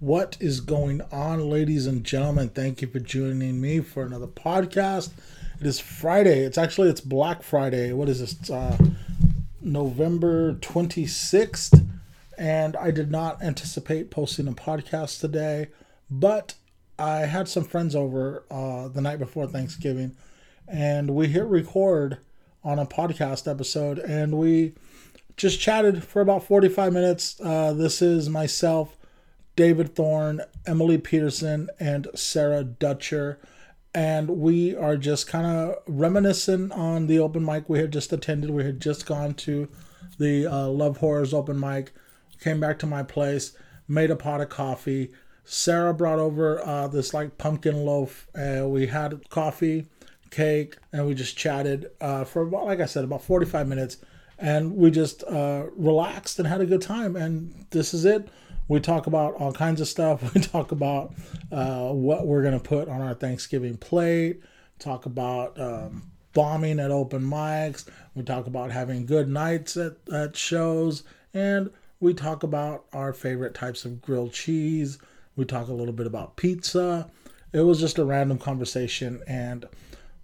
What is going on, ladies and gentlemen? Thank you for joining me for another podcast. It is Friday. It's actually it's Black Friday. What is this? It's, uh, November twenty sixth, and I did not anticipate posting a podcast today, but I had some friends over uh, the night before Thanksgiving, and we hit record on a podcast episode, and we just chatted for about 45 minutes. Uh, this is myself, David Thorne, Emily Peterson, and Sarah Dutcher. And we are just kind of reminiscing on the open mic we had just attended. We had just gone to the uh, Love Horrors open mic, came back to my place, made a pot of coffee. Sarah brought over uh, this like pumpkin loaf. And we had coffee, cake, and we just chatted uh, for about, like I said, about 45 minutes and we just uh, relaxed and had a good time. And this is it. We talk about all kinds of stuff. We talk about uh, what we're gonna put on our Thanksgiving plate. Talk about um, bombing at open mics. We talk about having good nights at, at shows, and we talk about our favorite types of grilled cheese. We talk a little bit about pizza. It was just a random conversation, and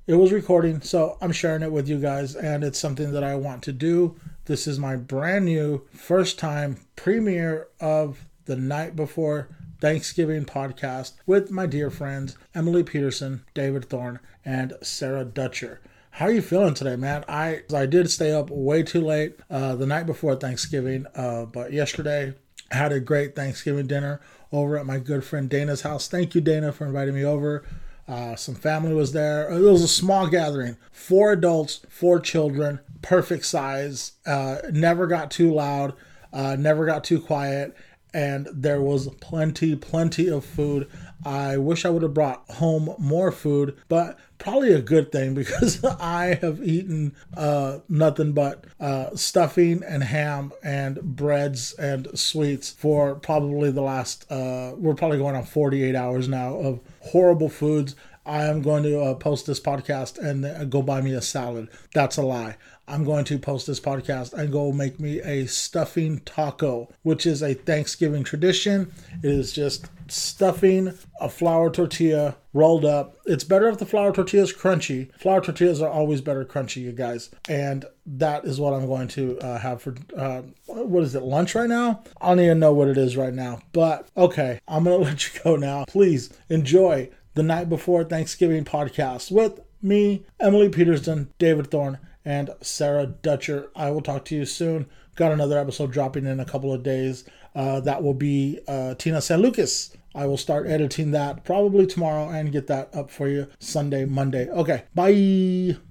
it was recording, so I'm sharing it with you guys, and it's something that I want to do. This is my brand new first time premiere of the night before Thanksgiving podcast with my dear friends Emily Peterson, David Thorne, and Sarah Dutcher. How are you feeling today, man? I I did stay up way too late uh, the night before Thanksgiving, uh, but yesterday had a great Thanksgiving dinner over at my good friend Dana's house. Thank you, Dana, for inviting me over. Uh, some family was there. It was a small gathering, four adults, four children, perfect size. Uh, never got too loud, uh, never got too quiet, and there was plenty, plenty of food. I wish I would have brought home more food, but probably a good thing because I have eaten uh, nothing but uh, stuffing and ham and breads and sweets for probably the last, uh, we're probably going on 48 hours now of horrible foods. I am going to uh, post this podcast and uh, go buy me a salad. That's a lie. I'm going to post this podcast and go make me a stuffing taco, which is a Thanksgiving tradition. It is just stuffing a flour tortilla rolled up. It's better if the flour tortilla is crunchy. Flour tortillas are always better crunchy, you guys. And that is what I'm going to uh, have for uh, what is it lunch right now? I don't even know what it is right now. But okay, I'm gonna let you go now. Please enjoy the night before Thanksgiving podcast with me, Emily Peterson, David Thorne, and Sarah Dutcher. I will talk to you soon. Got another episode dropping in a couple of days. Uh, that will be uh, Tina San Lucas. I will start editing that probably tomorrow and get that up for you Sunday, Monday. Okay, bye.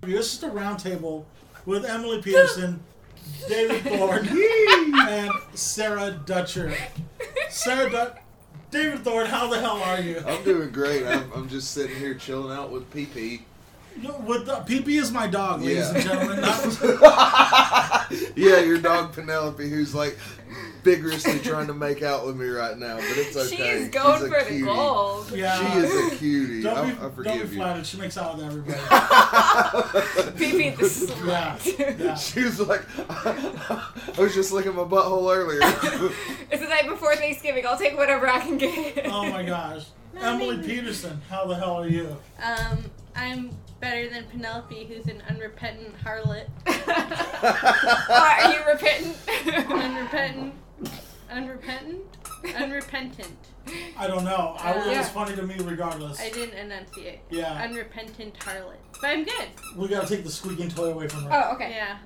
This is the roundtable with Emily Peterson, David Thorne, and Sarah Dutcher. Sarah Dutcher. David Thorne, how the hell are you? I'm doing great. I'm, I'm just sitting here chilling out with PP. No, With the, PP is my dog, ladies Yeah. and gentlemen. Not, Yeah, your dog Penelope, who's like vigorously trying to make out with me right now, but it's okay. She is She's going a for the cutie. gold. yeah. She is a cutie. Don't be, I, I don't be forgive you. flattered. She makes out with everybody. Phoebe the yeah. slut. yeah. She was like, I was just licking my butthole earlier. it's the night before Thanksgiving. I'll take whatever I can get. Oh my gosh. Emily Peterson, how the hell are you? Um, I'm better than Penelope, who's an unrepentant harlot. Why, Uh, are you repentant? Unrepentant. Unrepentant? Unrepentant. I don't know. I, it Yeah. was funny to me regardless. I didn't enunciate. Yeah. Unrepentant harlot. But I'm good. We gotta take the squeaking toy away from her. oh, okay. Yeah.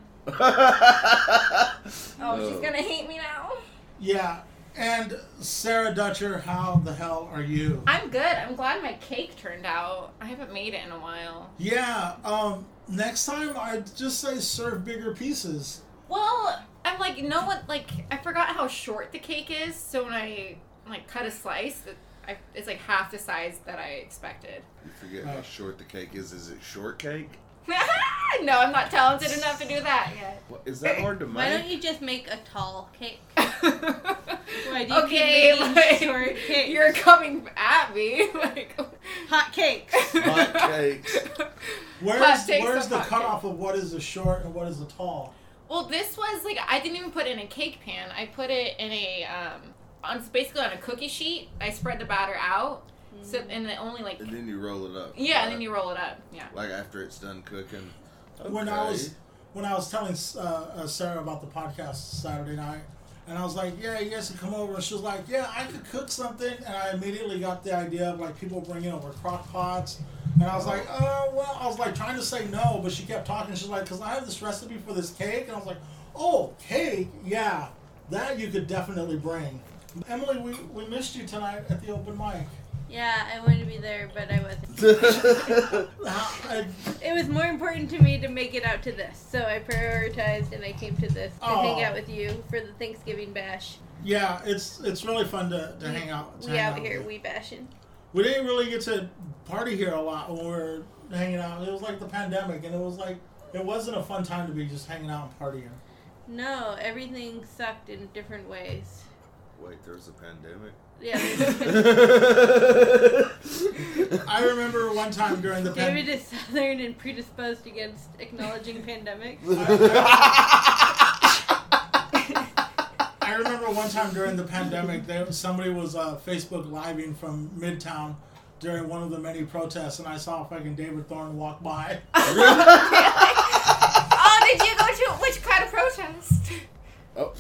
Oh, she's gonna hate me now. Yeah. And Sarah Dutcher, how the hell are you? I'm good. I'm glad my cake turned out. I haven't made it in a while. Yeah, um, next time I just say serve bigger pieces. Well, I'm like, you know what? Like, I forgot how short the cake is. So when I like cut a slice, that I, it's like half the size that I expected. you forget how short the cake is. Is it shortcake? no, I'm not talented enough to do that yet. What, is Eh, that hard to Why don't make? you just make a tall cake? Why Why do you okay, keep making like, short cakes? you're coming at me. Like, Hot cakes. Hot cakes. Where's, Hot takes where's of the hot cutoff of what is a short and what is a tall? well, this was like I didn't even put it in a cake pan. I put it in a um, on it's basically on a cookie sheet. I spread the batter out, so and then only like And then you roll it up. yeah, and then you roll it up. Yeah. Like after it's done cooking. When I Okay. was when I was telling uh, uh, Sarah about the podcast Saturday night, and I was like, "Yeah, you guys can come over," and she was like, "Yeah, I could cook something," and I immediately got the idea of like people bringing over crock pots. And I was like, oh, well, I was like trying to say no, but she kept talking. She's like, because I have this recipe for this cake. And I was like, oh, cake? Yeah, that you could definitely bring. Emily, we, we missed you tonight at the open mic. Yeah, I wanted to be there, but I wasn't. How- I- It was more important to me to make it out to this, so I prioritized and I came to this to hang Aw. out with you for the Thanksgiving bash. yeah, it's it's really fun to, to hang out. To we hang out with here, you. we bashing. we didn't really get to party here a lot when we were hanging out. It was like the pandemic, and it was like it wasn't a fun time to be just hanging out and partying. No, everything sucked in different ways. Wait, there's a pandemic. Yeah, I remember one time during the David pandemic. is southern and predisposed against acknowledging pandemic. I remember one time during the pandemic, there somebody was uh, Facebook living from Midtown during one of the many protests, and I saw fucking David Thorne walk by. Oh, did you go to which kind of protest? oh.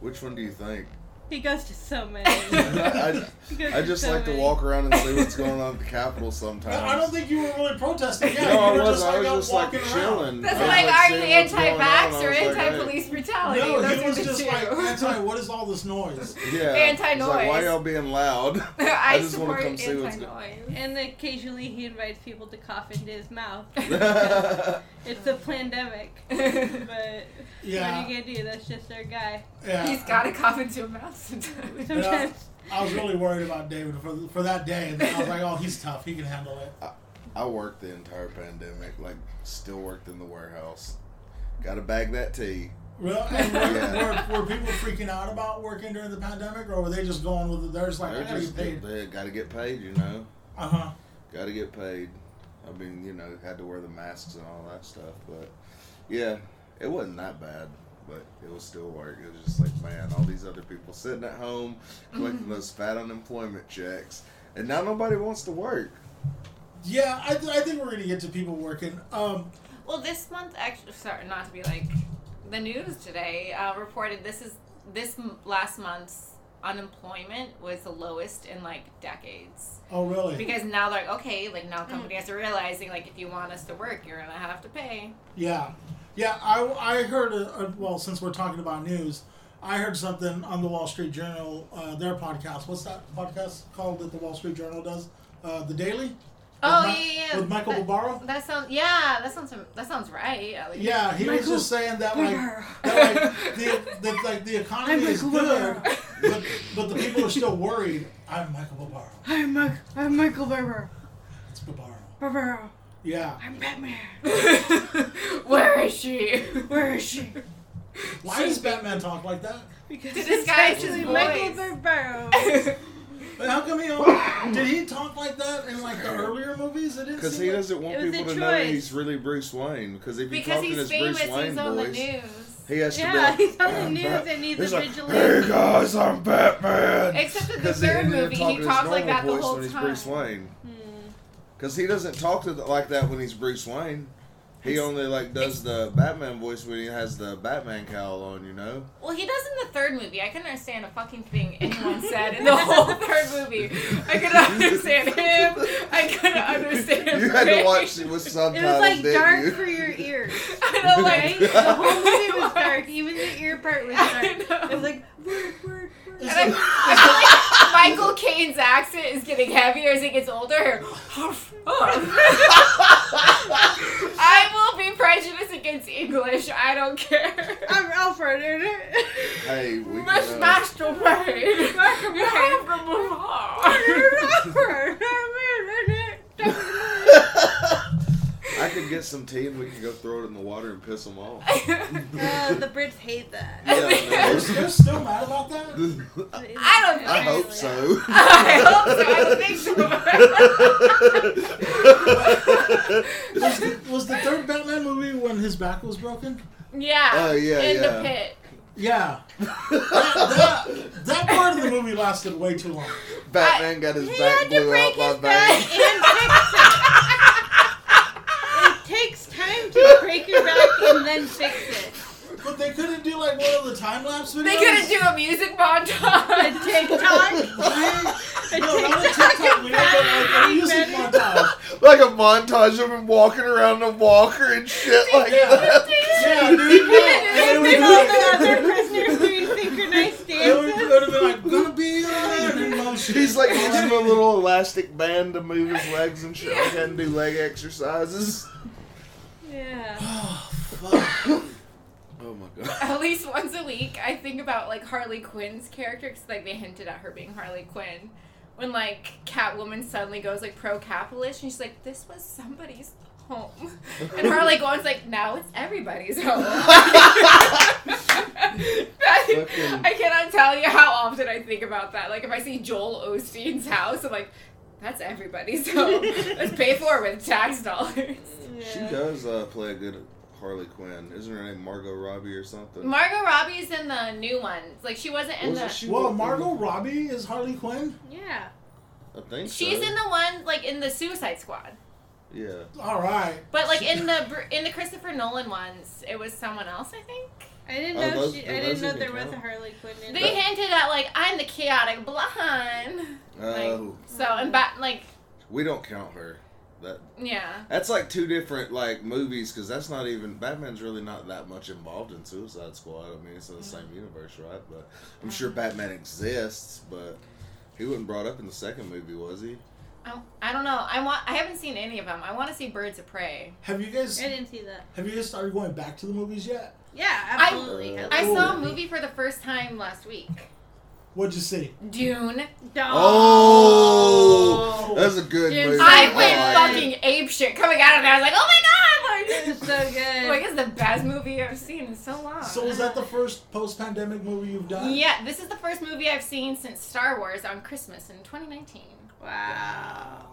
Which one do you think? He goes to so many. I, I just like to walk around and see what's going on at the Capitol sometimes. I don't think you were really protesting. Yeah, No, I you were was. just I like was out just like walking around. chilling. That's I was, like, are you seeing what's going on. anti-vax I or was like, hey. anti-police brutality? No, Those he are was the just two. like anti. What is all this noise? Yeah. Anti-noise. It's Like, why y'all being loud? I, just wanna support come see what's go- anti-noise. and occasionally he invites people to cough into his mouth. yeah, It's a pandemic. But Yeah, what are you gonna do? That's just our guy. yeah. He's got to cough into a mouth sometimes. Sometimes I was really worried about David for for that day, and then I was like, "Oh, he's tough. He can handle it." I worked the entire pandemic. Like, still worked in the warehouse. Got to bag that tea. Really? And were, Yeah. were, were people freaking out about working during the pandemic, or were they just going with it? They're just like, They're "I gotta just get paid." they got to get paid. You know, Uh huh. got to get paid. I mean, you know, had to wear the masks and all that stuff. But yeah, it wasn't that bad. But it was still work. It was just like, man, all these other people sitting at home collecting those fat unemployment checks, and now nobody wants to work. Yeah, I, th- I think we're gonna get to people working. Um, Well, this month, actually, sorry, not to be like the news today uh, reported this is this m- last month's unemployment was the lowest in like decades oh really? because now they're like okay like now companies are realizing like if you want us to work you're gonna have to pay Yeah, yeah. I, I heard. A, a, well, since we're talking about news, I heard something on the Wall Street Journal, uh, their podcast. What's that podcast called that the Wall Street Journal does? Uh, the Daily. With Oh, Mi- yeah, yeah, yeah. With Michael That- Barbaro. that sounds yeah that sounds that sounds right at least. Yeah, he was Michael just saying that like, Weber. that, like the, the like the economy I'm is Michael good, Weber. but, but the people are still worried. I'm Michael Barbaro. I'm, Mike- I'm Michael Barbaro. It's Barbaro. Barbaro. Yeah. I'm Batman. where is she Where is she? Why does Batman talk like that? Because To this disguise his Michael voice. Barbaro. But how come he al- did he talk like that in like the earlier movies? It didn't Because seem he like- doesn't want It was people a to know choice. he's really Bruce Wayne. Because if you because talk in he's his famous Bruce Wayne he's on the voice, news he has to be. yeah, Like, he's on the "I'm news Bat-" and he's, He's a like, vigilante. "Hey guys, I'm Batman." Except in the 'Cause he third ended up movie, talking he his talks like normal that the voice whole when he's time. Bruce Wayne. Because he doesn't talk to the, like that when he's Bruce Wayne. He It's- only like does the Batman voice when he has the Batman cowl on, you know. Well, he does in the third movie. I couldn't understand a fucking thing anyone said in the whole third movie. I couldn't understand him. I couldn't understand. You had to Ray. watch it with It subtitles, was like didn't dark you? for your ears. I don't Right? like. The whole movie was dark. Even the ear part was dark. I know. It was like, word, word, word. And I, I feel like Michael Caine's accent is getting heavier as he gets older. I will be prejudiced against English. I don't care. I'm Alfred, isn't it? Hey, we can, Miss uh, masturbate. You have to move on. Alfred, I'm in it. I could get some tea and we could go throw it in the water and piss them off. Uh, the Brits hate that. Yeah, They're- they're still mad about that. no. I don't I hope so. I hope so. I don't think so. Was the, was the third Batman movie when his back was broken? yeah. Oh, yeah, In yeah. the pit. Yeah. that, that, that part of the movie lasted way too long. Batman got his He back had to blew break out by his back Batman. and fix it. It takes time to break your back and then fix it. But they couldn't do like one of the time lapse videos. They couldn't do a music montage. A TikTok. Why? A No, not a TikTok TikTok of video, but like a Batman. music montage. Like a montage of him walking around in a walker and shit like Yeah. that. Yeah, dude. No. And it They did all the would be other like, prisoners doing synchronized it would it dances. would have been like, gonna be on and all shit. He's like using a little elastic band to move his legs and shit like that and do leg exercises. Yeah. Oh, fuck. Oh my god. At least once a week, I think about like Harley Quinn's character because like they hinted at her being Harley Quinn. When like Catwoman suddenly goes like pro-capitalist and she's like, "This was somebody's home," and Harley Quinn's like, "Now it's everybody's home." I, Fucking- I cannot tell you how often I think about that. Like if I see Joel Osteen's house, I'm like, "That's everybody's home. Let's pay for it with tax dollars." She Yeah. does uh, play a good Harley Quinn. Isn't her name Margot Robbie or something? Margot Robbie's in the new ones. Like she wasn't in Wasn't the. she Well, walking- Margot Robbie is Harley Quinn? Yeah. I think She's so. in the one like in the Suicide Squad, Yeah. Alright. but like in the Br- in the Christopher Nolan ones, it was someone else. I think I didn't Oh, know those- she. those I didn't know even there was count. a Harley Quinn in they it. hinted at like I'm the chaotic blonde. Like, Oh, so and bat like we don't count her. That yeah. that's like two different like movies because that's not even Batman's really not that much involved in Suicide Squad. I mean, it's in the same Mm-hmm. universe, right? But I'm sure Batman exists, but he wasn't brought up in the second movie, was he? I, I don't know. I want I haven't seen any of them. I want to see Birds of Prey. Have you guys I didn't see that. have you guys started going back to the movies yet? Yeah, I- Oh. absolutely. I I saw a Ooh. movie for the first time last week. What'd you see? Dune. Oh, that's a good Dude, movie. I Oh, went I- fucking ape shit coming out of there. I was like, oh my It was god, so like, good. like it's the best movie I've seen in so long. So was that the first post pandemic movie you've done? Yeah, this is the first movie I've seen since Star Wars on Christmas in 2019. wow.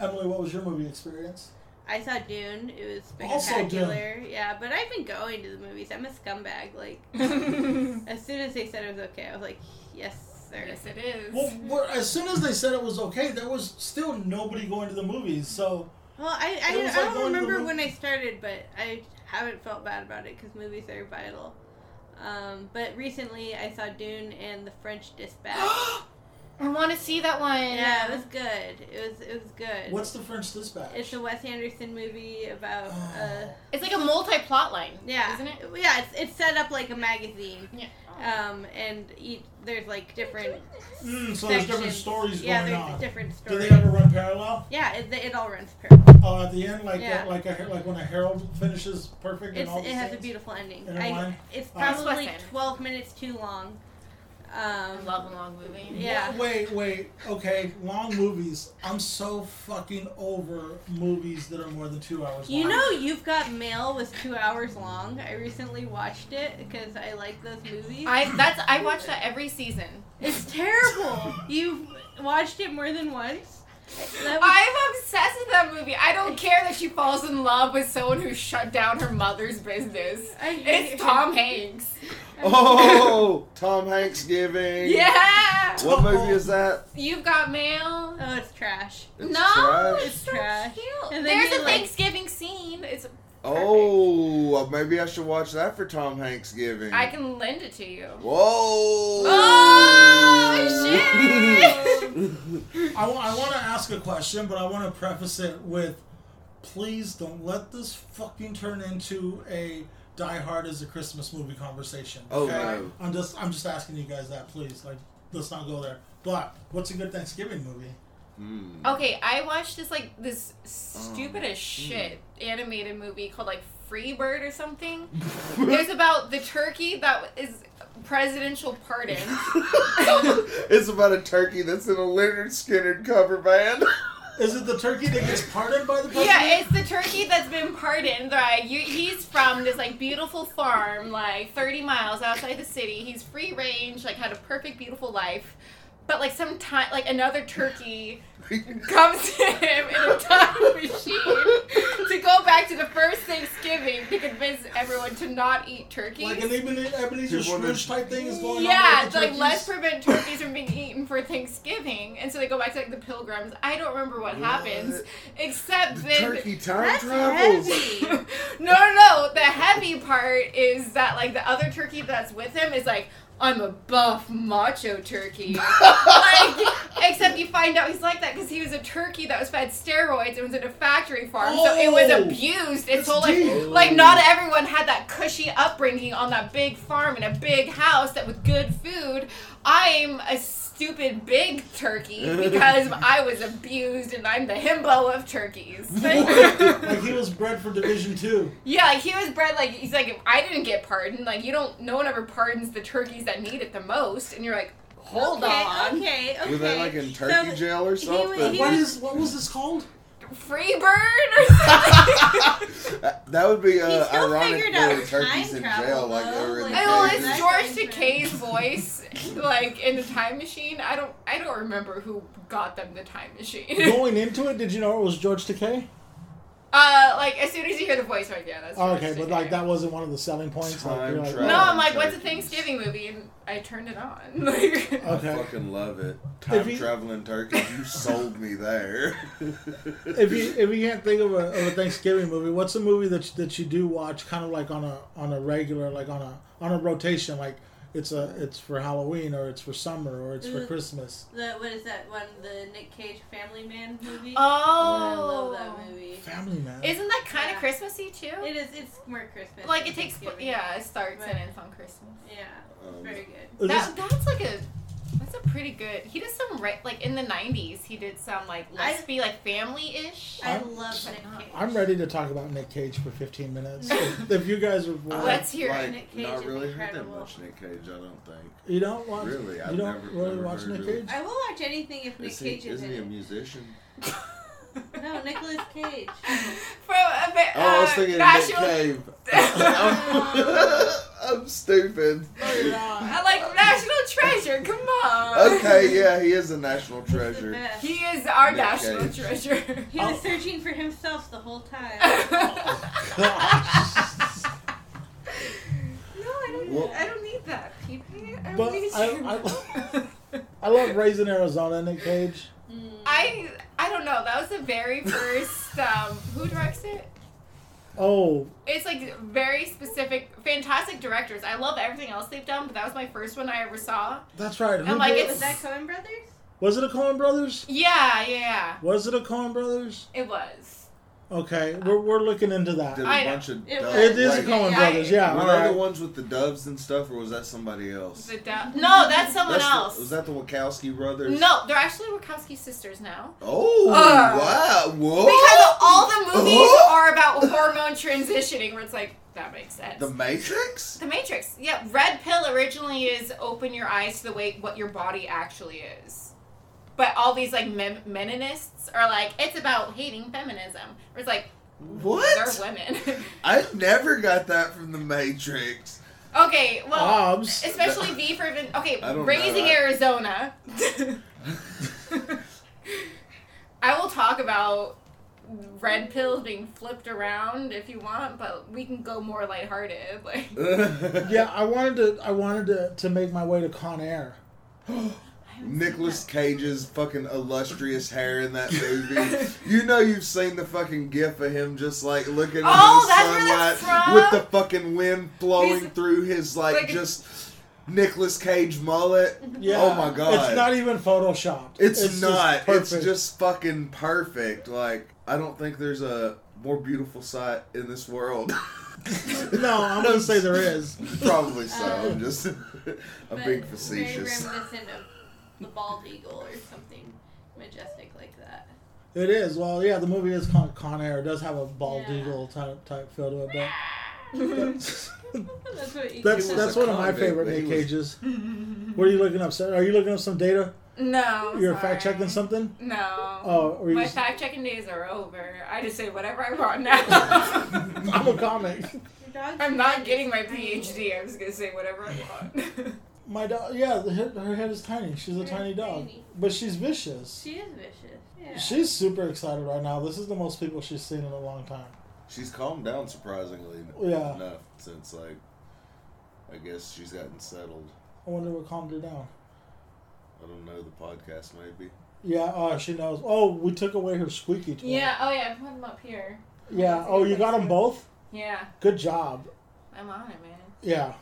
Emily, what was your movie experience? I saw Dune. It was Also spectacular. Yeah, but I've been going to the movies. I'm a scumbag. Like, as soon as they said it was okay, I was like, yes, sir. yes, it is. Well, we're- as soon as they said it was okay, there was still nobody going to the movies. So Well, I, I, It was like I don't going to the remember mo- when I started, but I haven't felt bad about it because movies are vital. Um, but recently, I saw Dune and The French Dispatch. I want to see that one. yeah, it was good. It was it was good. what's the French Dispatch? It's a Wes Anderson movie about. Uh, it's like a multi-plot line. yeah, isn't it? Yeah, it's, it's set up like a magazine. Yeah. Um, and each, there's like different. Mm, so there's different sections. stories yeah, going there's on. different Do stories. they ever run parallel? yeah, it, it all runs parallel. Oh, at the end, like Yeah. like a, like when a Herald finishes perfect and It's, all. it the has a things? beautiful ending. Never I, mind. it's Oh. That's what probably I said. 12 minutes too long. I Um, love a long movie. Yeah. Wha- Wait, wait. Okay, long movies. I'm so fucking over movies that are more than two hours. you long. know, You've Got Mail was two hours long. I recently watched it because I like those movies. I that's I watch that every season. it's terrible. You've watched it more than once. That was- I'm obsessed with that movie. I don't care that she falls in love with someone who shut down her mother's business. I hate it. It's Tom Hanks. Oh, Tom Hanks giving. Yeah. What movie is that? You've got mail. Oh, it's trash. It's no, trash. it's so Trash. cute. And then There's you, a like- Thanksgiving scene. It's Oh, well, maybe I should watch that for Tom Hanks giving. I can lend it to you. Whoa! Oh, I want to ask a question, but I want to preface it with, please don't let this fucking turn into a Die Hard is a Christmas movie conversation. Oh, okay? no. I'm just I'm just asking you guys that, please. Like, let's not go there. But what's a good Thanksgiving movie? Hmm. Okay, I watched this like this stupid Oh, as shit animated movie called like Free Bird or something. It's about the turkey that is presidential pardon. it's about a turkey that's in a Leonard Skinner cover band. Is it the turkey that gets pardoned by the president? yeah, it's the turkey that's been pardoned. Right, you, he's from this like beautiful farm, like 30 miles outside the city. He's free range, like had a perfect, beautiful life. But like sometime, like another turkey comes to him in a time machine to go back to the first Thanksgiving to convince everyone to not eat turkey. Like an Eben- Ebenezer People that- Scrooge type thing is going yeah, on. it's like less. let's prevent turkeys from being eaten for Thanksgiving, and so they go back to like the pilgrims. I don't remember what, happens, What? except The that turkey time That's travels. heavy. no, no, no. The heavy part is that like the other turkey that's with him is like, I'm a buff macho turkey. like, except you find out he's like that because he was a turkey that was fed steroids and was in a factory farm, so it was Oh. abused. And so That's like, deep. like not everyone had that cushy upbringing on that big farm in a big house that with good food. I'm a stupid big turkey because I was abused and I'm the himbo of turkeys. like he was bred for Division Two. Yeah, like he was bred like he's like if I didn't get pardoned, like you don't no one ever pardons the turkeys that need it the most, and you're like, hold okay, on, Okay, okay. Were they like in turkey So- jail or he was- something? he What is what was this called? free bird or something. That that would be uh, still ironic. figured There out were turkeys time in travel, jail, like they though, were in like- oh, I Okay. well, the it's That cages. George sounds Takei's voice, like in the time machine. I don't, I don't remember who got them the time machine. Going into it, did you know it was George Takei? Uh, like as soon as you hear the voice, right? Yeah, Oh, that's George Oh, okay, but Takei. like that Oh, wasn't one of the selling points. Like, Time you're like, travel. No, I'm like, what's a Turkeys. Thanksgiving movie? And I turned it Oh. on. Like, Okay. I fucking love it. Time you- traveling turkeys. You sold me there. if If you if you can't think of a, of a Thanksgiving movie, what's a movie that you- that you do watch kind of like on a on a regular like on a on a rotation like it's a it's for Halloween or it's for summer or it's Mm. for Ugh. Christmas. The, what is that one? The Nick Cage Family Man movie. I love oh, that movie. Family Man. isn't that kind of Yeah. Christmassy too? It is. It's more Christmas. Like than it takes, pl- Thanksgiving. yeah, it starts Right. and ends on Christmas. Yeah. It's Um, very good. Is this- That, that's like a, that's a pretty good. He did some right like in the '90s. He did some like I- let's be like family ish. I I'm- love Nick I'm- Cage. I'm ready to talk about Nick Cage for 15 minutes. if, if you guys are bored, Mm. Let's hear like, it. Nick Cage Not is really heard that incredible. much Nick Cage. I don't think. you don't watch Really, I've you don't never- really never watch heard Nick of Cage. it. I will watch anything if Nick Is he, Cage is isn't in he a it. musician? No, Nicolas Cage. From a bit, Oh, I was uh, thinking National- of Nick Cave. I'm, I'm stupid. I like National Treasure. Come on. Okay, yeah, he is a national He's the treasure. best. He Oh. is our Nick national Cage. treasure. He was searching for himself the whole time. no, I don't. Well- I don't need that, PP. I But I- I love Raising Arizona. Nick Cage. don't. Mm. I I don't know. That was the very first. Um, who directs it? Oh, It's like very specific, fantastic directors. I love everything else they've done, but that was my first one I ever saw. that's right. Who I'm like, did- Was that Coen Brothers? was it a Coen Brothers? Yeah, yeah, yeah. Was it a Coen Brothers? It was. Okay, we're, we're looking into that. Did a I know. bunch of It doves. It is like, a Coen Yeah, Brothers, I- yeah. Were all they the right. ones with the doves and stuff, or was that somebody else? Was it down? No, that's someone That's the- else. was that the Wachowski brothers? no, they're actually Wachowski sisters now. Oh, Uh, wow. Whoa. Because all the movies Oh. are about hormone transitioning, where it's like, that makes sense. the The, Matrix? Matrix. Yeah, Red Pill originally is open your eyes to the way what your body actually is. But all these, like, men- meninists are like, it's about hating feminism. Where it's like, What? they're women. I never got that from the Matrix. okay, well, Ah. Obs. especially V for... Vin- okay, I don't Raising know. I- Arizona. I will talk about red pills being flipped around if you want, but we can go more lighthearted. Like Yeah, I wanted to. I wanted to, to make my way to Con Air. Nicholas Cage's fucking illustrious hair in that movie. you know you've seen the fucking gif of him just like looking at Oh, the that's where that's sunlight from? with the fucking wind blowing He's- through his like, like a- just Nicholas Cage mullet. Yeah. Oh my god. It's not even photoshopped. It's, just not. It's perfect. just fucking perfect. Like I don't think there's a more beautiful sight in this world. No, I'm gonna say there is. Probably so. Um, I'm just I'm But being Very facetious. reminiscent of the bald eagle or something majestic like that. It is. Well, yeah, the movie is called Con Air. It does have a bald Yeah. eagle type type feel to it, but that's That's what eagle that's, was that's a one of my convict, favorite but he Nick was- Cages. What are you looking up? sir? Are you looking up some data? no, You're sorry. fact checking something? No. Oh, or you my just- fact checking days are over. I just say whatever I want now. I'm a comic. Your dog's I'm not head getting my is tiny. PhD. I'm just gonna say whatever I want. My dog, yeah, the- her, her head is tiny. She's a Her tiny head's dog, tiny. but she's vicious. She is vicious. Yeah. She's super excited right now. This is the most people she's seen in a long time. She's calmed down surprisingly n- Yeah. enough since like I guess she's gotten settled. I wonder what calmed her down. I don't know the podcast maybe. Yeah, uh, she knows. Oh, we took away her squeaky toy. Yeah. Oh yeah. I put them up here. Yeah. Oh, you got them both. Yeah. Good job. I'm on it, man. Yeah.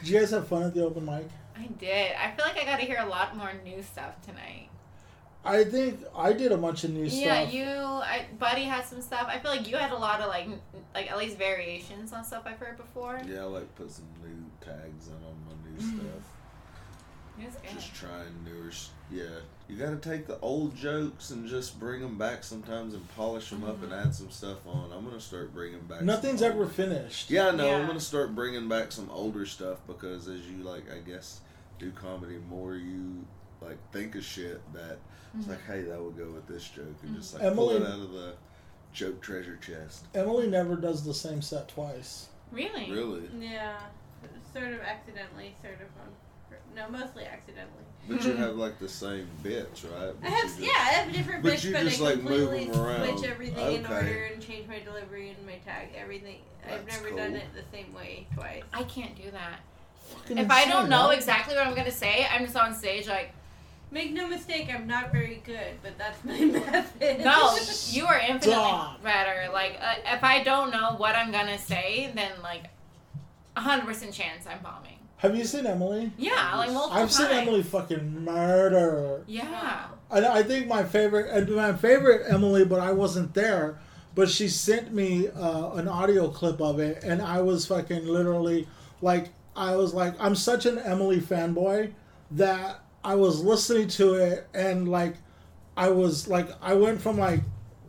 Did you guys have fun at the open mic? I did. I feel like I got to hear a lot more new stuff tonight. I think I did a bunch of new yeah, stuff. you, I, Buddy had some stuff. I feel like you had a lot of like, n- like at least variations on stuff I've heard before. Yeah, I like put some new tags in on my new stuff. It was good. Just trying newer. s- Yeah, you got to take the old jokes and just bring them back sometimes and polish them up and add some stuff on. I'm gonna start bringing back. some Nothing's ever older- finished. Yeah, I know. I'm Yeah. gonna start bringing back some older stuff because as you like, I guess, do comedy more, you like think of shit that it's Mm-hmm. like, hey, that would go with this joke, and just like pull it Emily- out of the joke treasure chest. Emily never does the same set twice. Really? Really, Yeah. Sort of accidentally, sort of on. pur- No, mostly accidentally. but you have like the same bits, right? I But have, you just- yeah, I have different but bits, you but just, I like, move completely 'em around. switch everything in Okay. order and change my delivery and my tag, everything. I've That's never done cool. it the same way twice. I can't do that. Fucking if I insane, don't know right? exactly what I'm gonna say, I'm just on stage like, Make no mistake, I'm not very good, but that's my method. no, you are infinitely Stop. better. Like, uh, if I don't know what I'm gonna say, then like, hundred percent chance I'm bombing. Have you seen Emily? Yeah, like multiple I've seen times. Emily fucking murder. Yeah. And I think my favorite, and my favorite Emily, but I wasn't there. But she sent me uh, an audio clip of it, and I was fucking literally like, I was like, I'm such an Emily fanboy that I was listening to it, and like, I was like, I went from like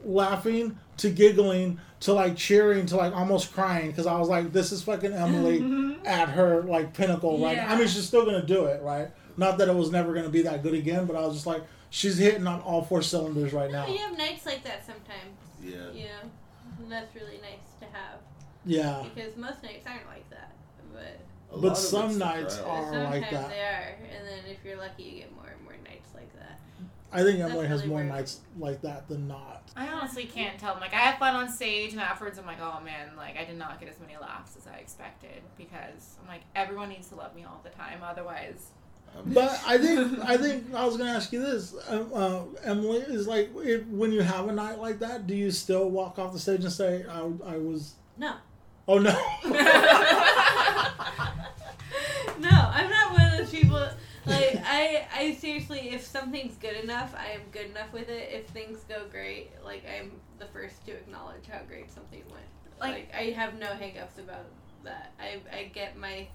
laughing to giggling to like cheering to like almost crying because I was like, this is fucking Emily at her like pinnacle, right? I Yeah. mean, she's still gonna do it, right? Not that it was never gonna be that good again, but I was just like, she's hitting on all four cylinders right No, now. you have nights like that sometimes, yeah. you know? And that's really nice to have Yeah, because most nights aren't like that. But A But lot of some it's the nights crowd. are- sometimes like that. they are. And then if you're lucky, you get more and more nights like that. I think That's Emily has really more weird. nights like that than not. I honestly can't tell. Like I have fun on stage, and afterwards I'm like, oh man, like I did not get as many laughs as I expected because I'm like everyone needs to love me all the time, otherwise. I'm But I think I think I was gonna ask you this, um, uh, Emily, is like if, when you have a night like that, do you still walk off the stage and say, "I, I was"? No. Oh no. No, I'm not one of those people. Like I, I seriously, if something's good enough, I am good enough with it. If things go great, like I'm the first to acknowledge how great something went. Like- Like, I have no hiccups about that. I, I get my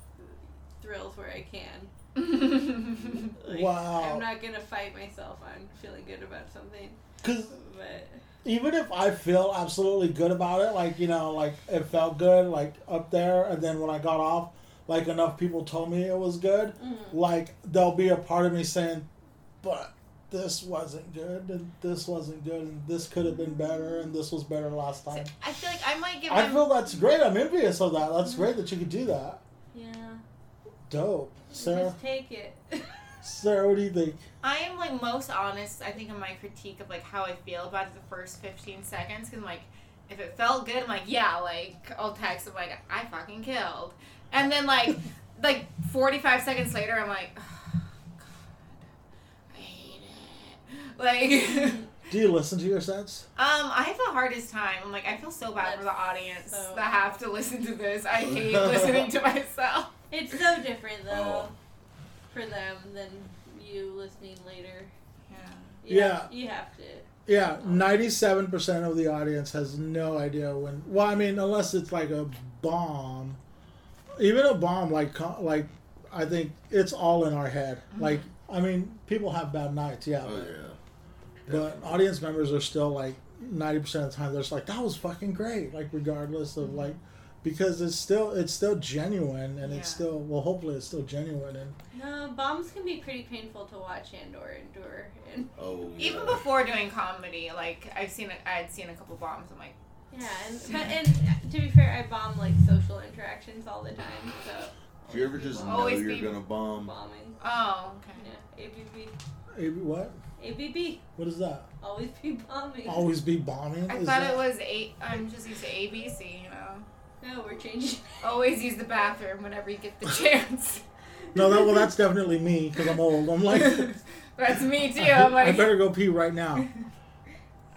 thrills where I can. Like, Wow. I'm not gonna fight myself on feeling good about something, Because but even if I feel absolutely good about it, like you know, like it felt good, like up there, and then when I got off, like enough people told me it was good, like there'll be a part of me saying, "But this wasn't good, and this wasn't good, and this could have been better, and this was better last time." I feel like I might give. I My, feel that's great. I'm envious of that. That's great that you could do that. yeah, Dope, Sarah. just take it. Sarah, what do you think? I am like most honest. I think in my critique of like how I feel about the first 15 seconds, because like if it felt good, I'm like yeah, like I'll text. I'm like I fucking killed, and then like like 45 seconds later, I'm like, oh, God, I hate it. Like. Do you listen to your sets? Um, I have the hardest time. I'm like, I feel so bad for the That's audience so- that have to listen to this. I hate listening to myself. It's so different Oh. though for them than you listening later. Yeah. You Yeah. have- you have to. Yeah, ninety-seven percent of the audience has no idea when. Well, I mean, unless it's like a bomb, even a bomb like co- like, I think it's all in our head. Like, I mean, people have bad nights, yeah, Oh but, yeah. but audience members are still like ninety percent of the time they're just like, "That was fucking great," like regardless Mm-hmm. of like, because it's still it's still genuine and Yeah. it's still well, hopefully it's still genuine and No, bombs can be pretty painful to watch and or endure. And Oh yeah. Even before doing comedy, like I've seen, a, I'd seen a couple bombs. I'm like, yeah, and but and to be fair, I bomb like social interactions all the time. So If you ever just know Always you're be- gonna bomb, bombing. Oh, okay. Yeah, ABB. Hey, what? ABB. What is that? Always be bombing. Always be bombing? I Is thought that- it was eight. I'm just used to ABC, you know. No, we're changing. Oh. Always use the bathroom whenever you get the chance. No, that, well, that's definitely me because I'm old. I'm like, That's me too. I'm I like, better go pee right now.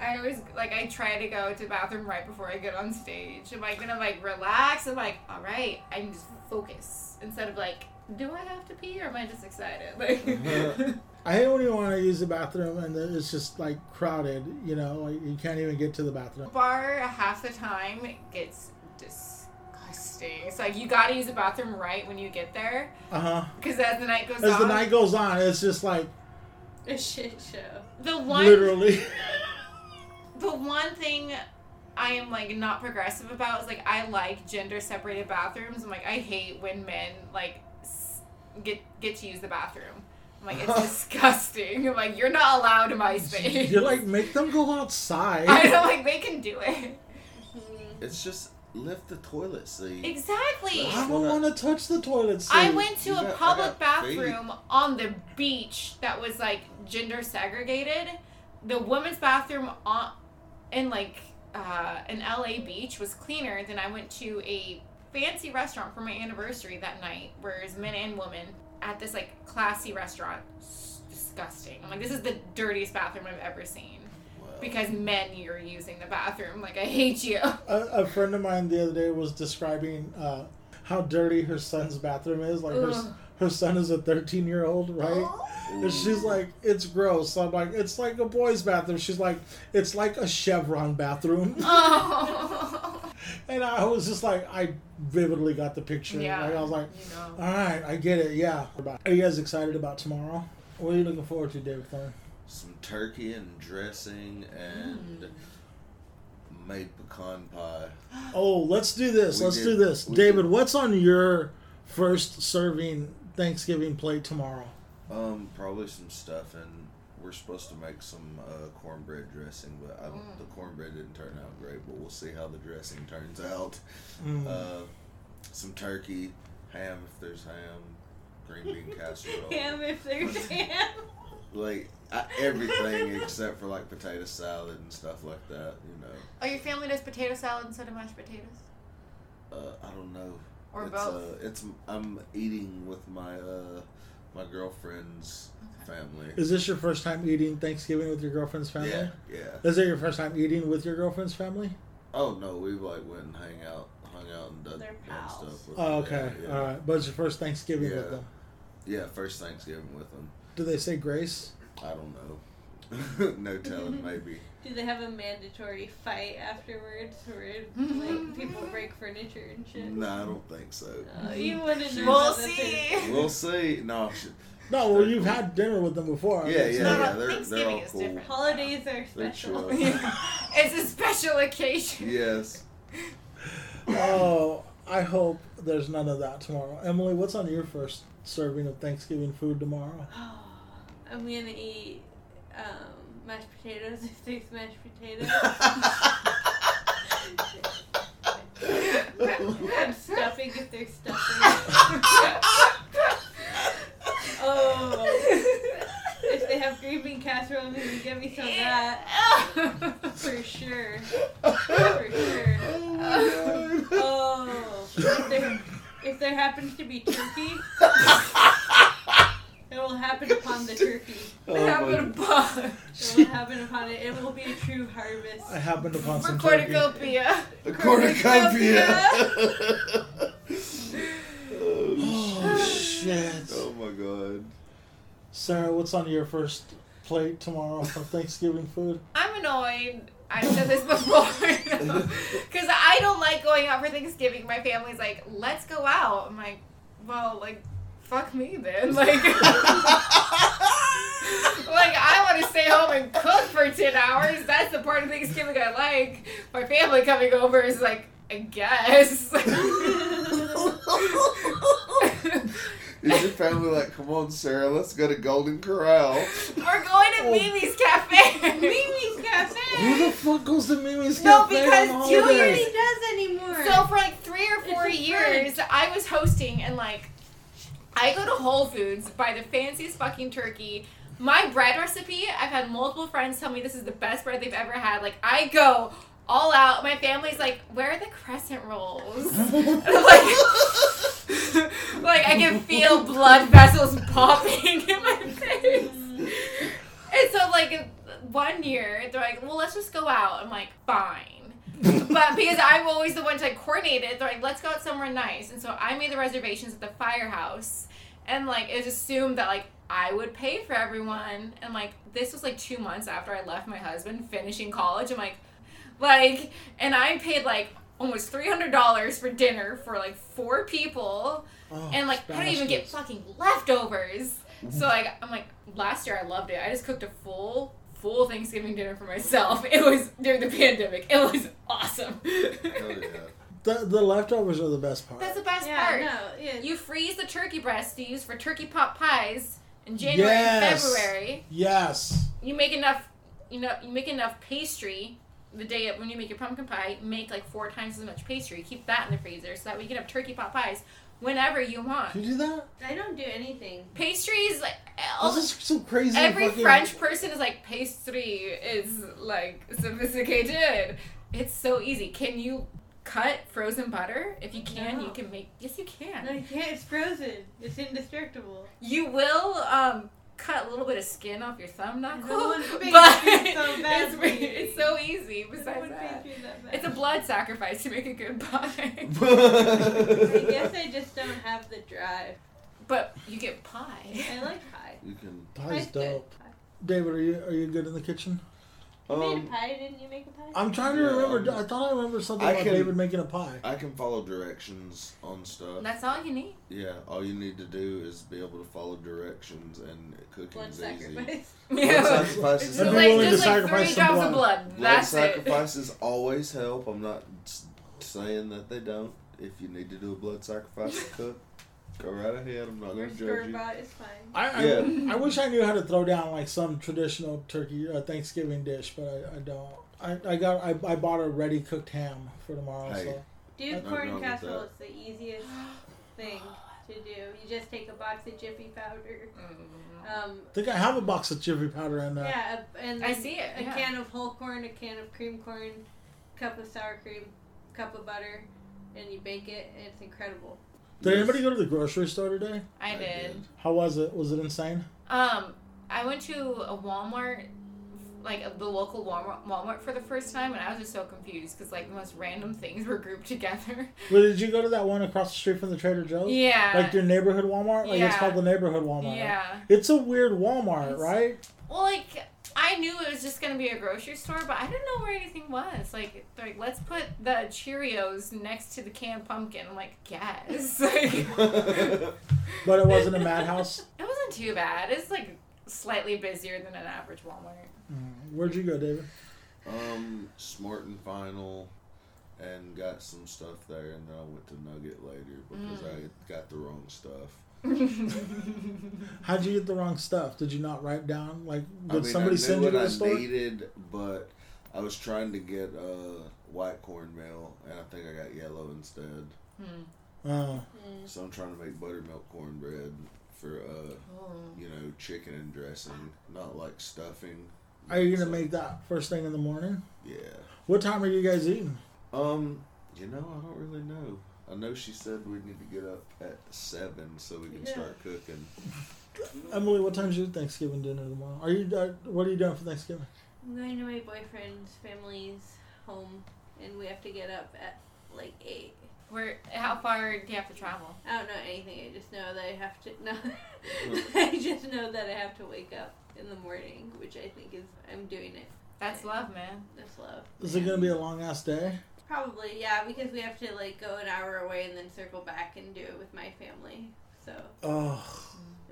I always like I try to go to bathroom right before I get on stage. Am I gonna like relax? I'm like, all right, I can just focus instead of like, do I have to pee or am I just excited? Like, I hate when you want to use the bathroom and then it's just like crowded. You know, like you can't even get to the bathroom. bar half the time gets disgusting. It's like you gotta use the bathroom right when you get there Uh huh. because as the night goes As on, the night goes on, it's just like A shit show. the one literally. the one thing I am like not progressive about is like I like gender separated bathrooms. I'm like I hate when men like s- get get to use the bathroom. I'm like it's disgusting. I'm like you're not allowed in my space. You're like, make them go outside. I know, like they can do it. Hmm. Mm. it's just lift the toilet seat. Exactly. I don't want to touch the toilet seat. I went to You a got- I public got bathroom on the beach that was like gender segregated. The women's bathroom on in like uh, an LA beach was cleaner than I went to a fancy restaurant for my anniversary that night, whereas men and women at this like classy restaurant. S- Disgusting. I'm like, this is the dirtiest bathroom I've ever seen Wow. because men, you're using the bathroom. Like, I hate you. A, a friend of mine the other day was describing uh, how dirty her son's bathroom is. Like her, s- Ugh. Oh. her son is a 13 year old, right? And she's like, it's gross. So I'm like, it's like a boy's bathroom. She's like, it's like a Chevron bathroom. Oh. And I was just like, I vividly got the picture. Yeah. Like, I was like, you know. all right, I get it. Yeah. Are you guys excited about tomorrow? What are you looking forward to, David Thorne? some turkey and dressing and made pecan pie. Oh, let's do this. We let's did- do this. we David, did. what's on your first serving Thanksgiving plate tomorrow? Um, probably some stuff and we're supposed to make some uh, cornbread dressing, but I don't, the cornbread didn't turn out great. But we'll see how the dressing turns out. Mm. Uh, some turkey, ham if there's ham, green bean casserole, Ham if there's ham. like I, everything except for like potato salad and stuff like that. You know, Oh, your family does potato salad instead of mashed potatoes? uh, I don't know. Or it's, both? Uh, it's I'm eating with my uh, my girlfriend's family. Is this your first time eating Thanksgiving with your girlfriend's family? Yeah, yeah. Is it your first time eating with your girlfriend's family? Oh no, we like went and hang out, hung out and done, They're done pals. stuff. With Oh, them. okay. Yeah, yeah. All right. But it's your first Thanksgiving Yeah. with them. Yeah, first Thanksgiving with them. Do they say grace? I don't know. no telling, maybe. Do they have a mandatory fight afterwards where like people break furniture and shit? No, I don't think so. Uh, Oh, you wouldn't know. We'll about the see. food. We'll see. No, sh- No, well, you've had dinner with them before. yeah, yeah, It's not- yeah. no, They're they're Thanksgiving all is cool. different. Holidays are They're special. chill. it's a special occasion. yes. Oh, I hope there's none of that tomorrow. Emily, what's on your first serving of Thanksgiving food tomorrow? I'm gonna eat um, mashed potatoes if there's mashed potatoes. and stuffing if there's stuffing. Oh, if they have green bean casserole, they can get me some of that for sure. Oh, For sure. Oh, if there, if there happens to be turkey, it will happen upon the turkey. Oh, Have it a bun. It will happen upon it. It will be a true harvest. I happened upon For some turkey. cornucopia. A cornucopia. Oh shit, oh my god. Sarah, what's on your first plate tomorrow for Thanksgiving food? I'm annoyed. I've said this before. Because I don't like going out for Thanksgiving. My family's like, let's go out. I'm like, well, like, fuck me then. Like, like I want to stay home and cook for 10 hours. That's the part of Thanksgiving I like. My family coming over is like, I guess. Is your family like, come on, Sarah, let's go to Golden Corral? We're going to Oh. Mimi's Cafe. Mimi's Who Cafe! the fuck goes to Mimi's No, Cafe because on two holidays? Nobody does anymore. So for like three or four It's a years, I was hosting and like I go to Whole Foods, buy the fanciest fucking turkey. My bread recipe, I've had multiple friends tell me this is the best bread they've ever had. Like, I go all out. My family's like, where are the crescent rolls? And I'm like, like, I can feel blood vessels popping in my face. And so, like, one year, they're like, well, let's just go out. I'm like, fine but because I'm always the one to like, coordinate it, they're like, let's go out somewhere nice. And so I made the reservations at the firehouse. And like, it was assumed that like I would pay for everyone. And like, this was like two months after I left my husband finishing college. I'm like, like, and I paid like almost $300 for dinner for like four people. Oh, and like, I don't Spanish even get kids. fucking leftovers. So like, I'm like, last year I loved it. I just cooked a full full Thanksgiving dinner for myself. It was during the pandemic. It was awesome. Hell yeah. The, the leftovers are the best part. That's the best part. Yeah, no, yeah. You freeze the turkey breast to use for turkey pot pies in January and Yes. February. yes. You make enough, you know, you make enough pastry the day of- when you make your pumpkin pie. Make like four times as much pastry. Keep that in the freezer so that we can have turkey pot pies whenever You you want. do that? I don't do anything. Pastries, like, all This is some crazy every fucking- French person is like pastry is like sophisticated. It's so easy. Can you cut frozen butter? If you can, No. you can make. Yes, you can. No, you can't. It's frozen. It's indestructible. You will um, cut a little bit of skin off your thumb knuckle, No one but thinks it's so it's, badly. it's so easy. I Besides would that, picture that bad. it's a blood sacrifice to make a good pie, I guess I just don't have the drive. but you get pie. I like pie. you can. That Pie's is good. dope. Pie. David, are you are you good in the kitchen? You made a uh, Um, pie, didn't you? Make a pie. I'm trying to Yeah, remember. I'm- I thought I remember something I about can- David making a pie. I can follow directions on stuff. And that's all you need. Yeah, all you need to do is be able to follow directions, and cooking Blood is easy. sacrifice. Blood Yeah. sacrifice is Just I'd be like, willing to just like sacrifice three some drops of blood. Blood That's it. sacrifices always help. I'm not s- saying that they don't. If you need to do a blood sacrifice to cook, go right ahead. I'm not Or going to store judge you. bought is fine. I, I, Yeah. I wish I knew how to throw down like some traditional turkey uh, Thanksgiving dish, but I, I don't. I, I got I, I bought a ready cooked ham for tomorrow. Hey. So Do I'm wrong corn with casserole. that. It's the easiest thing to do. You just take a box of Jiffy powder. Mm, Um, I think I have a box of Jiffy powder in there. yeah, a- and I then see it, A yeah. can of whole corn, a can of cream corn, cup of sour cream, cup of butter, and you bake it, and it's incredible. Did Yes, anybody go to the grocery store today? I did. How was it? Was it insane? Um, I went to a Walmart, like the local Walmart, Walmart for the first time, and I was just so confused because like the most random things were grouped together. Well, did you go to that one across the street from the Trader Joe's? yeah. Like your neighborhood Walmart? Like it's Yeah. called the neighborhood Walmart. yeah. It's a weird Walmart, It's- right? Well, like I knew it was just gonna be a grocery store, but I didn't know where anything was. Like, they're like let's put the Cheerios next to the canned pumpkin. I'm like, yes. Like, But it wasn't a madhouse. it wasn't too bad. It's like slightly busier than an average Walmart. Mm. Where'd you go, David? um, smart and final, and got some stuff there, and then I went to Nugget later because I got the wrong stuff. How'd you get the wrong stuff? Did you not write down? Like, I did mean, I somebody knew send you what to the I store? needed, but I was trying to get uh, white cornmeal, and I think I got yellow instead. Oh, So I'm trying to make buttermilk cornbread for uh, you know chicken and dressing, not like stuffing. are you gonna So- make that first thing in the morning? Yeah. What time are you guys eating? Um, you know, I don't really know. I know she said we need to get up at seven so we can Yeah. start cooking. Emily, what time's your Thanksgiving dinner tomorrow? Are you? Uh, what are you doing for Thanksgiving? I'm going to my boyfriend's family's home, and we have to get up at like eight. Where? How far do you have to travel? I don't know anything. I just know that I have to. No, Hmm. I just know that I have to wake up in the morning, which I think is I'm doing it. That's love, man. That's love. Is it gonna be a long ass day? Probably, yeah, because we have to like go an hour away and then circle back and do it with my family. So Oh,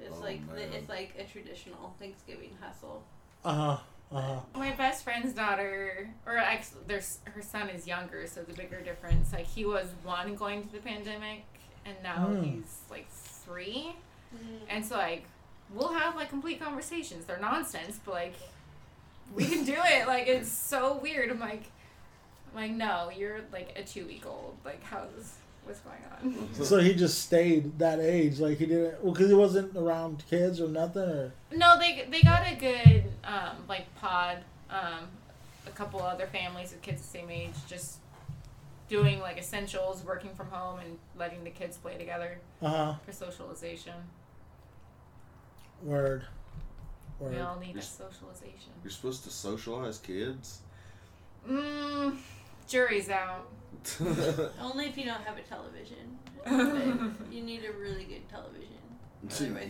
it's Oh, like man. the, it's like a traditional Thanksgiving hustle. uh huh, uh huh. My best friend's daughter, or ex, their her son is younger, so it's a bigger difference. Like he was one going to the pandemic, and now Hmm. he's like three, and so like we'll have like complete conversations. They're nonsense, but like we can do it. Like it's so weird. I'm like, I'm like no, you're like a two week old. Like how's what's going on. So he just stayed that age, like he didn't, well, because he wasn't around kids or nothing, or No, they they got a good um, like pod. Um, a couple other families with kids the same age, just doing like essentials, working from home, and letting the kids play together uh huh, for socialization. word, word. We all need that Yes. socialization. You're supposed to socialize kids. Mm, jury's out. Only if you don't have a television. But yeah, you need a really good television. Otherwise,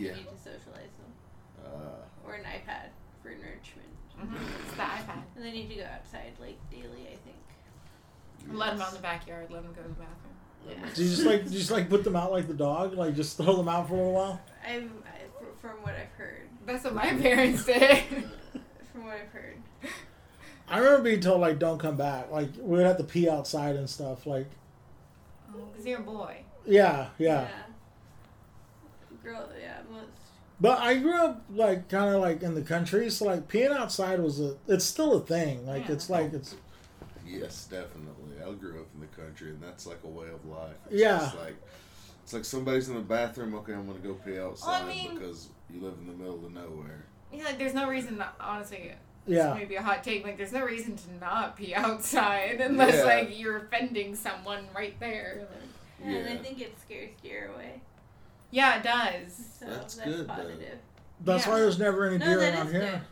yeah. you need to socialize them. Uh, Or an iPad for enrichment. Mhm, it's the iPad. And they need to go outside, like, daily, I think. Let them out in the yes. backyard. Let them go to the bathroom. Yeah. Do you just like do you just like put them out like the dog, like just throw them out for a little while? I'm, I, fr- from what I've heard. That's what my parents did. From what I've heard. I remember being told like don't come back, like we would have to pee outside and stuff. Like Oh, Cause you're a boy. yeah, yeah. Girl, yeah, most. But I grew up like kind of like in the country, so like peeing outside was a it's still a thing. Like Yeah. it's like it's Yes, definitely. I grew up in the country, and that's like a way of life. Yeah. just like it's like somebody's in the bathroom. Okay, I'm gonna go pee outside mean- because you live in the middle of nowhere. Yeah, like there's no reason. Not, honestly, yeah, maybe a hot take. Like, there's no reason to not be outside unless Yeah. like you're offending someone right there. Like, Yeah, And Yeah. I think it scares deer away. yeah, it does. So That's that's, good, though. positive. that's why Yeah. there's never any No, deer that around is here.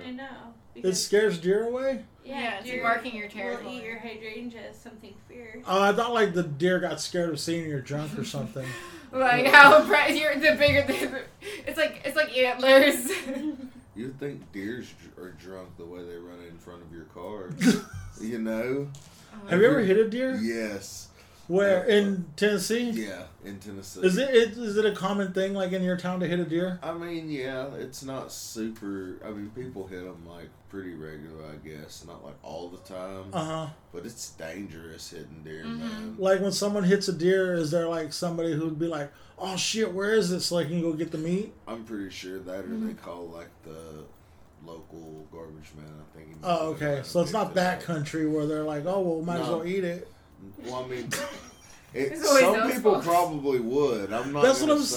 I Yeah, know. It scares deer away. Yeah, it's deer marking your Will eat territory. your hydrangea as something fierce. Oh, I thought like the deer got scared of seeing you're drunk or something. Like how impre- you're the bigger the, it's like it's like antlers. you think deers dr- are drunk the way they run in front of your car. you know? Have you ever hit a deer? Yes. Where in Tennessee? Yeah. In Tennessee. Is it, it is it a common thing like in your town to hit a deer? I mean, yeah, it's not super. I mean, people hit them like pretty regular, I guess. Not like all the time, Uh huh. but it's dangerous hitting deer, Mhm. man. Like when someone hits a deer, is there like somebody who'd be like, "Oh shit, where is this?" So I can go get the meat. I'm pretty sure that, or they call like the local garbage man. I think. he might Oh, go around okay. and So it's pick not it that up. country where they're like, "Oh well, might as No. well eat it." Well, I mean, it, It's always some those people folks. probably would. I'm not. That's what gonna I'm say-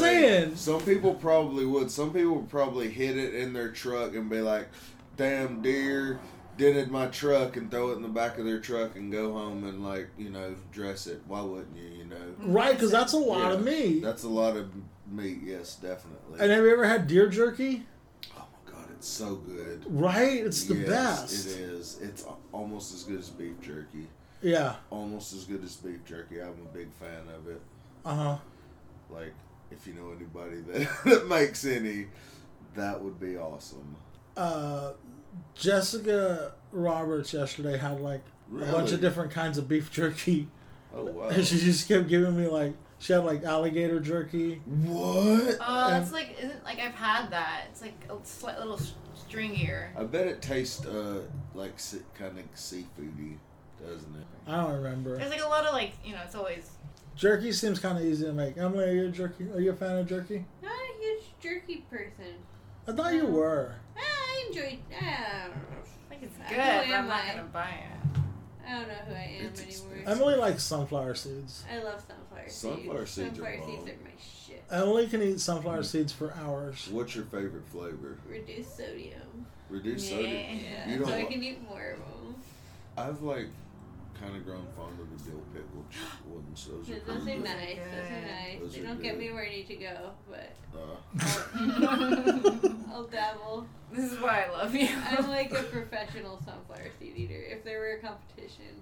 saying. Some people probably would. Some people would probably hit it in their truck and be like, "Damn deer." Dented my truck and throw it in the back of their truck and go home and like you know dress it. Why wouldn't you? You know Right? Because that's a lot Yeah. of meat. that's a lot of meat. Yes, definitely. and have you ever had deer jerky? oh my god, it's so good. Right? It's the Yes, best. It is. It's a- almost as good as beef jerky. Yeah. Almost as good as beef jerky. I'm a big fan of it. Uh huh. Like, if you know anybody that, that makes any, that would be awesome. Uh, Jessica Roberts yesterday had like a bunch Really? of different kinds of beef jerky, Oh wow. and she just kept giving me like she had like alligator jerky. what? Oh, that's like isn't like I've had that. It's like a slight little s- stringier. I bet it tastes uh like si- kind of seafoody, doesn't it? I don't remember. There's like a lot of like you know it's always Jerky seems kind of easy to make. Emily, are you a jerky? Are you a fan of jerky? Not a huge jerky person. I thought you were. Ah, I enjoyed. I don't know. I think it's I good. know but I'm am not I. gonna buy it. I don't know who I am It's expensive. anymore. Emily likes sunflower seeds. I love sunflower seeds. Sunflower seeds are Sunflower bomb. seeds are my shit. Emily can eat Mm. sunflower seeds for hours. What's your favorite flavor? Reduce sodium. Reduce sodium. Yeah. You Yeah, don't so I wa- can eat more of them. I've like kind of grown fond of the dill pickle ones. Those are Those are pretty good. nice. Those are Good. nice. Those they are don't get good. me where I need to go, but Uh, I'll dabble. this is why I love you. I'm like a professional sunflower seed eater. If there were a competition,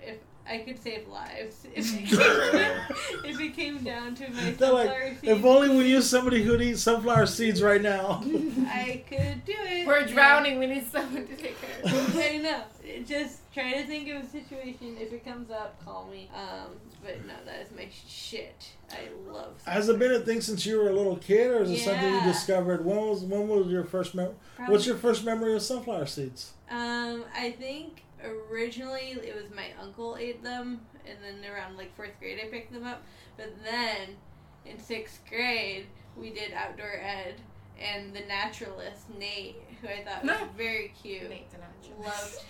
if I could save lives, if it came, if it came down to my They're sunflower like, seeds, if only we knew somebody who'd eat sunflower seeds right now. I could do it. We're Yeah. drowning. We need someone to take care of us. I know. It- Just try to think of a situation. If it comes up, call me. Um, but no, that is my shit. I love. Has it been a thing since you were a little kid, or is it something you Yeah. discovered? When was when was your first mem- Probably- What's your first memory of sunflower seeds? Um, I think originally it was my uncle ate them, and then around like fourth grade I picked them up. But then in sixth grade we did outdoor ed, and the naturalist Nate, who I thought No. was very cute, Nate the Naturalist. Loved-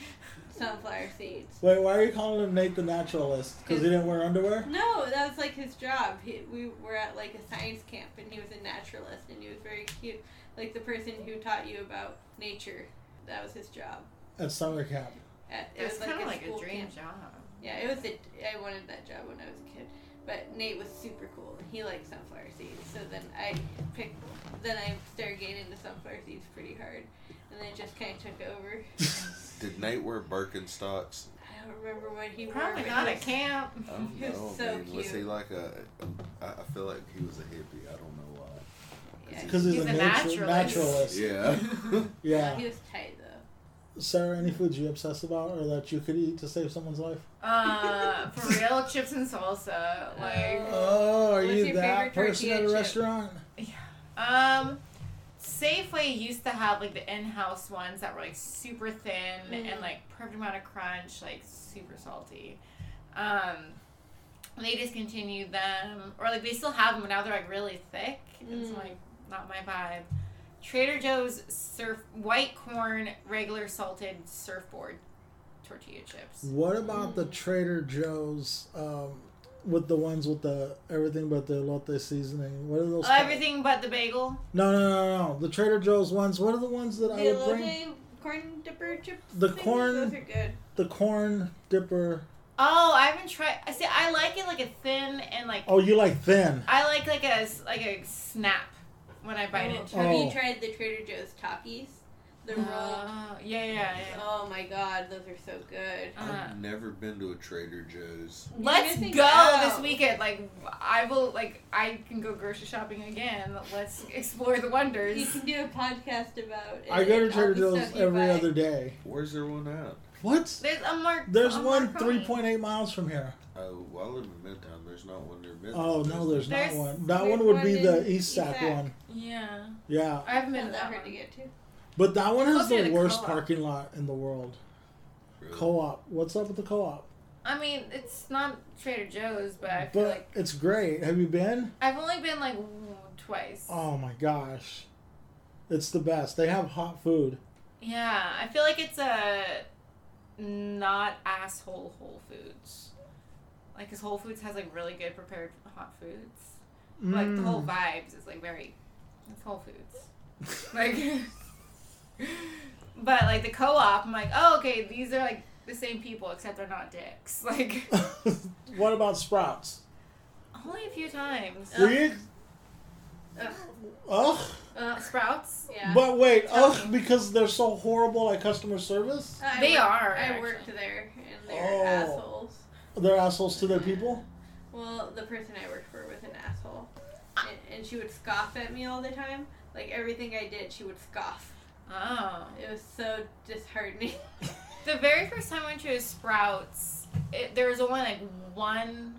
sunflower seeds. Wait, why are you calling him Nate the Naturalist? Because he didn't wear underwear? No, that was like his job. He, we were at like a science camp, and he was a naturalist, and he was very cute, like the person who taught you about nature. That was his job. At summer camp. At, it It's was kind of like school a dream camp. job. Yeah, it was. A, I wanted that job when I was a kid, but Nate was super cool. and He liked sunflower seeds, so then I picked. Then I started into sunflower seeds pretty hard, and then it just kind of took over. Did Nate wear Birkenstocks? I don't remember what he wore. Probably but not he at was- camp. I don't He was know. so man. Was cute. he like a? I I feel like he was a hippie. I don't know why. Yeah, Because he's, He's a, a natu- naturalist. naturalist. Yeah. Yeah. He was tight though. Sarah, any foods you obsess about or that you could eat to save someone's life? Uh, for real, chips and salsa. Like, Oh, are What's you your that favorite person tortilla at a chip? restaurant? um, Safeway used to have like the in-house ones that were like super thin and Mm. like perfect amount of crunch, like super salty. Um, they discontinued them, or like they still have them, but now they're like really thick. It's Mm. like not my vibe. Trader Joe's surf white corn regular salted surfboard tortilla chips. What about the Trader Joe's um, with the ones with the everything but the elote seasoning? What are those? called? Oh, Everything but the bagel. No, no, no, no. The Trader Joe's ones. What are the ones that The I would bring? elote corn dipper chips. The things? corn- Those are good. The corn dipper. Oh, I haven't tried. I see. I like it like a thin and like Oh, you like thin? I like like a s- like a snap when I bite Oh, into it. Have Oh. you tried the Trader Joe's Takis? The roll. Uh, yeah, yeah, yeah. Oh my god, those are so good. Uh, I've never been to a Trader Joe's. You're let's missing go out. this weekend. Like I will. Like I can go grocery shopping again. Let's explore the You wonders. can do a podcast about. It I go to and all Trader the Joe's stuff you every buy. other day. Where's there one at? What? There's a mark. There's a one Marconi. 3.8 miles from here. Oh, well, I live in Midtown. There's not one near Midtown. Oh no, there's not There's- one. That there's one would one be the in East Sac East Sac. one. Yeah, Yeah, I haven't been Not to that that hard to one. get to. but that one has Closer to the the worst co-op. parking lot in the world. Really? Co-op. What's up with the co-op? I mean, it's not Trader Joe's, but I feel But like it's great. Have you been? I've only been like w- twice. Oh my gosh. It's the best. They have hot food. Yeah, I feel like it's a not asshole Whole Foods. Like, cause Whole Foods has like really good prepared hot foods. Like the whole Mm. vibes is like very, it's Whole Foods. Like, but like the co-op, I'm like, oh okay, these are like the same people except they're not dicks. Like, what about Sprouts? only a few times. Were you? Ugh. Ugh. Uh, Sprouts, Oh, Yeah. But wait, Tell ugh, me. because they're so horrible at customer service. I they worked- are. I worked there, and they're Oh. assholes. They're assholes to their people. Well, the person I worked for was an asshole, and, and she would scoff at me all the time. Like everything I did, she would scoff. Oh. It was so disheartening. The very first time I went to a Sprouts, it, there was only like one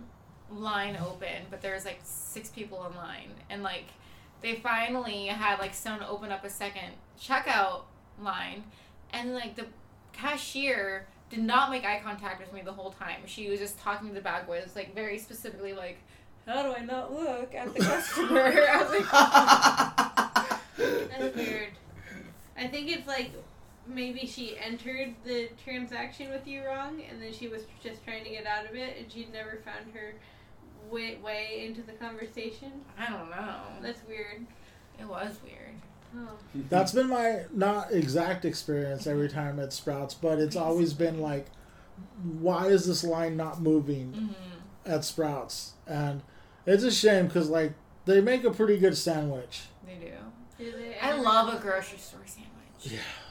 line open, but there was like six people in line, and like they finally had like someone open up a second checkout line, and like the cashier did not make eye contact with me the whole time. She was just talking to the bag boy. It was like very specifically like, "How do I not look at the customer?" I was like, That's weird. I think it's like maybe she entered the transaction with you wrong, and then she was just trying to get out of it, and she'd never found her way, way into the conversation. "I don't know." That's weird. It was weird. Oh. That's been my not exact experience every time at Sprouts, but it's always been like, why is this line not moving hmm at Sprouts? And it's a shame because like they make a pretty good sandwich. They do. Do they I ever- love a grocery store sandwich. Yes.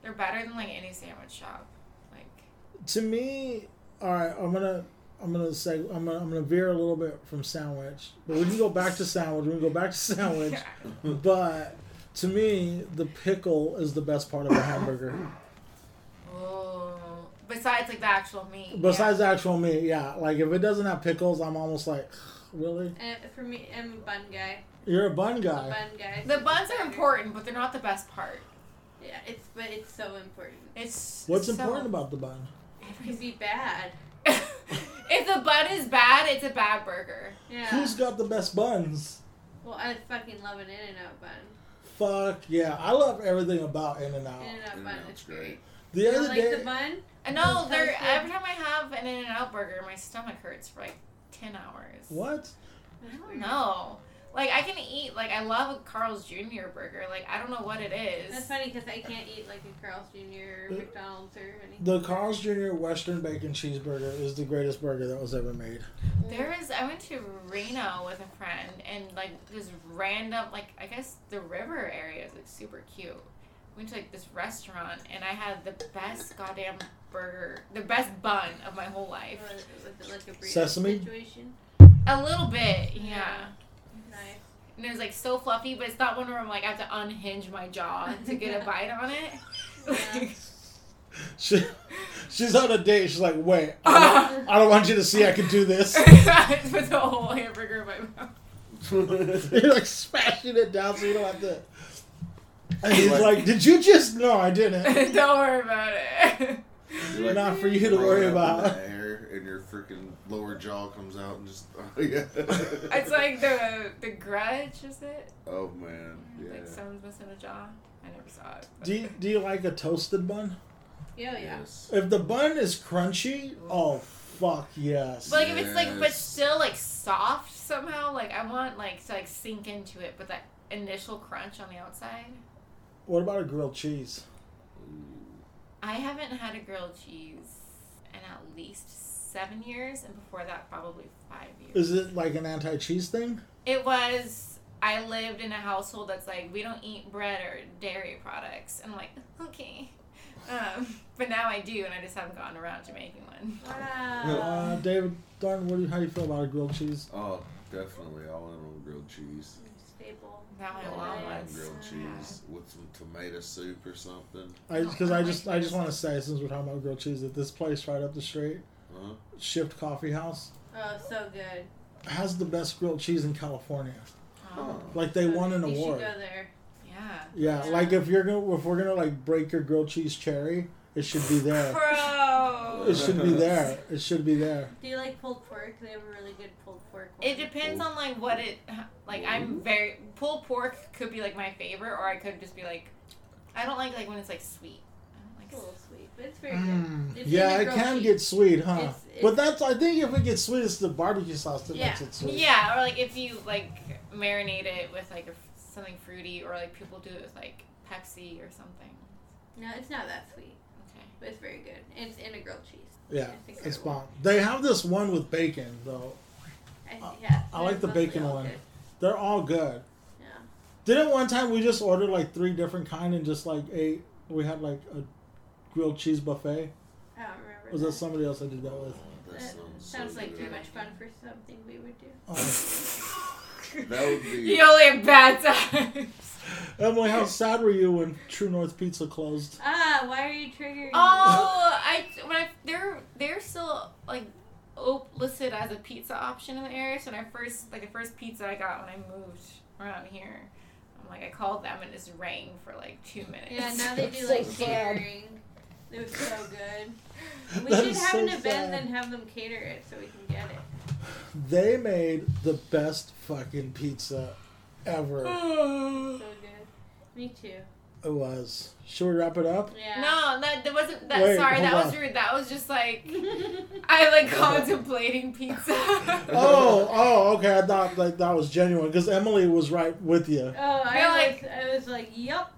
They're better than like any sandwich shop. Like to me, all right, I'm gonna. I'm gonna say I'm gonna, I'm gonna veer a little bit from sandwich, but we can go back to sandwich. We can go back to sandwich, but to me, the pickle is the best part of a hamburger. oh, besides like the actual meat. Besides the actual meat, yeah. Like if it doesn't have pickles, I'm almost like, really? Uh, for me, I'm a bun guy. You're a bun A guy. bun guy. yeah. the buns are important, but they're not the best part. Yeah, it's but it's so important. It's What's so- important about the bun? It could be bad. if the bun is bad, it's a bad burger. Yeah. Who's got the best buns? Well, I fucking love an In-N-Out bun. fuck yeah! I love everything about In and Out. In and out bun In-N-Out's is great. Oh, The I other like day, the bun. I know. Sounds There. good. Every time I have an In and Out burger, my stomach hurts for like ten hours. what? I don't know. Like I can eat. Like I love a Carl's Jr. burger. Like I don't know what it is. That's funny because I can't eat like a Carl's Jr. or McDonald's or anything. The Carl's Jr. Western Bacon Cheeseburger is the greatest burger that was ever made. There is. I went to Reno with a friend, and like this random, like I guess the river area is like super cute. Went to like this restaurant, and I had the best goddamn burger, the best bun of my whole life. Or with, like, a burrito Sesame? Situation. A little bit, yeah. Nice. And it was like so fluffy, but it's not one where I'm like I have to unhinge my jaw to get a bite on it. Yeah. She, she's on a date. She's like, wait, I don't, I don't want you to see I can do this. I put the whole hamburger in my mouth. great. You're like smashing it down so you don't have to. And he's like, did you just? No, I didn't. Don't worry about it. Not for you to roll worry it up in about. the air and your freaking lower jaw comes out and just oh yeah. It's like the the grudge, is it? oh man, yeah. Like someone's missing a jaw. I never saw it. but- Do you, do you like a toasted bun? Yeah, yeah. Yes. If the bun is crunchy, oh fuck yes. But like if it's like but Yes. still like soft somehow, like I want like to like sink into it, but that initial crunch on the outside. What about a grilled cheese? I haven't had a grilled cheese in at least seven years, and before that probably five years. Is it like an anti-cheese thing? It was. I lived in a household that's like we don't eat bread or dairy products, and I'm like, okay. Um, but now I do, and I just haven't gotten around to making one. Uh, Wow. David Darn, what do you, how do you feel about a grilled cheese? Oh, definitely all in on grilled cheese. Staple. Now I All want in on one. grilled cheese with some tomato soup or something. Oh, I because I just I just want to say since we're talking about grilled cheese that this place right up the street, Huh? Shift Coffee House, Oh, so good. has the best grilled cheese in California. Oh, Like they won an You award. should go there. yeah. Yeah, like if you're gonna if we're gonna like break your grilled cheese cherry, it should be there. Bro. It should be there. It should be there. Do you like pulled pork? They have a really good pulled pork. One. It depends on like what it like. I'm very pulled pork could be like my favorite, or I could just be like, I don't like like when it's like sweet. I It's a don't like little s- sweet, but it's very Mm. good. It's Yeah, in the it grilled can cheese. get sweet, huh? It's- it's- but that's I think if it gets sweet, it's the barbecue sauce that Yeah. makes it sweet. Yeah, or like if you like marinate it with like a, something fruity, or like people do it with like Pepsi or something. No, it's not that sweet, Okay. but it's very good. And it's in a grilled cheese. Yeah, It's incredible. it's bomb. They have this one with bacon though. I, I- yeah, I like the they're mostly bacon all one. good. They're all good. Yeah. Didn't one time we just ordered like three different kind and just like ate? We had like a grilled cheese buffet. I don't remember. Was that somebody else I did that Oh, with? that That sounds, so sounds like too good. much fun for something we would do. Oh. That would be. You only have bad times. Emily, how sad were you when True North Pizza closed? Ah, why are you triggering? Ah! Oh, I when I they're they're still like op- listed as a pizza option in the area. So when I first like the first pizza I got when I moved around here, I'm like I called them and it just rang for like two minutes. me? Yeah, now they do So like sad. catering. It was so good. We That should is have so an event sad. and have them cater it so we can get it. They made the best fucking pizza ever. no, So good. Me too. It was. Should we wrap it up? Yeah. that, that wasn't that. Wait, sorry, hold that was on. rude. That was just like I like contemplating pizza. Oh, oh, okay. I thought like that was genuine because Emily was right with you. Oh, They're I like- was, I was like, yup.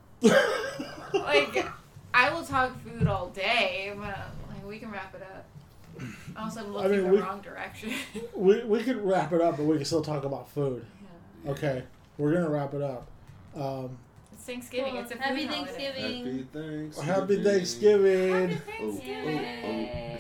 like I will talk food all day, but like we can wrap it up. Also, I'm looking mean, the we- wrong direction. we we could wrap it up, but we can still talk about food. Yeah. Okay, we're gonna wrap it up. Um, It's Thanksgiving. Well, it's a food happy holiday. Thanksgiving. Happy Thanksgiving. happy Thanksgiving. Happy Thanksgiving.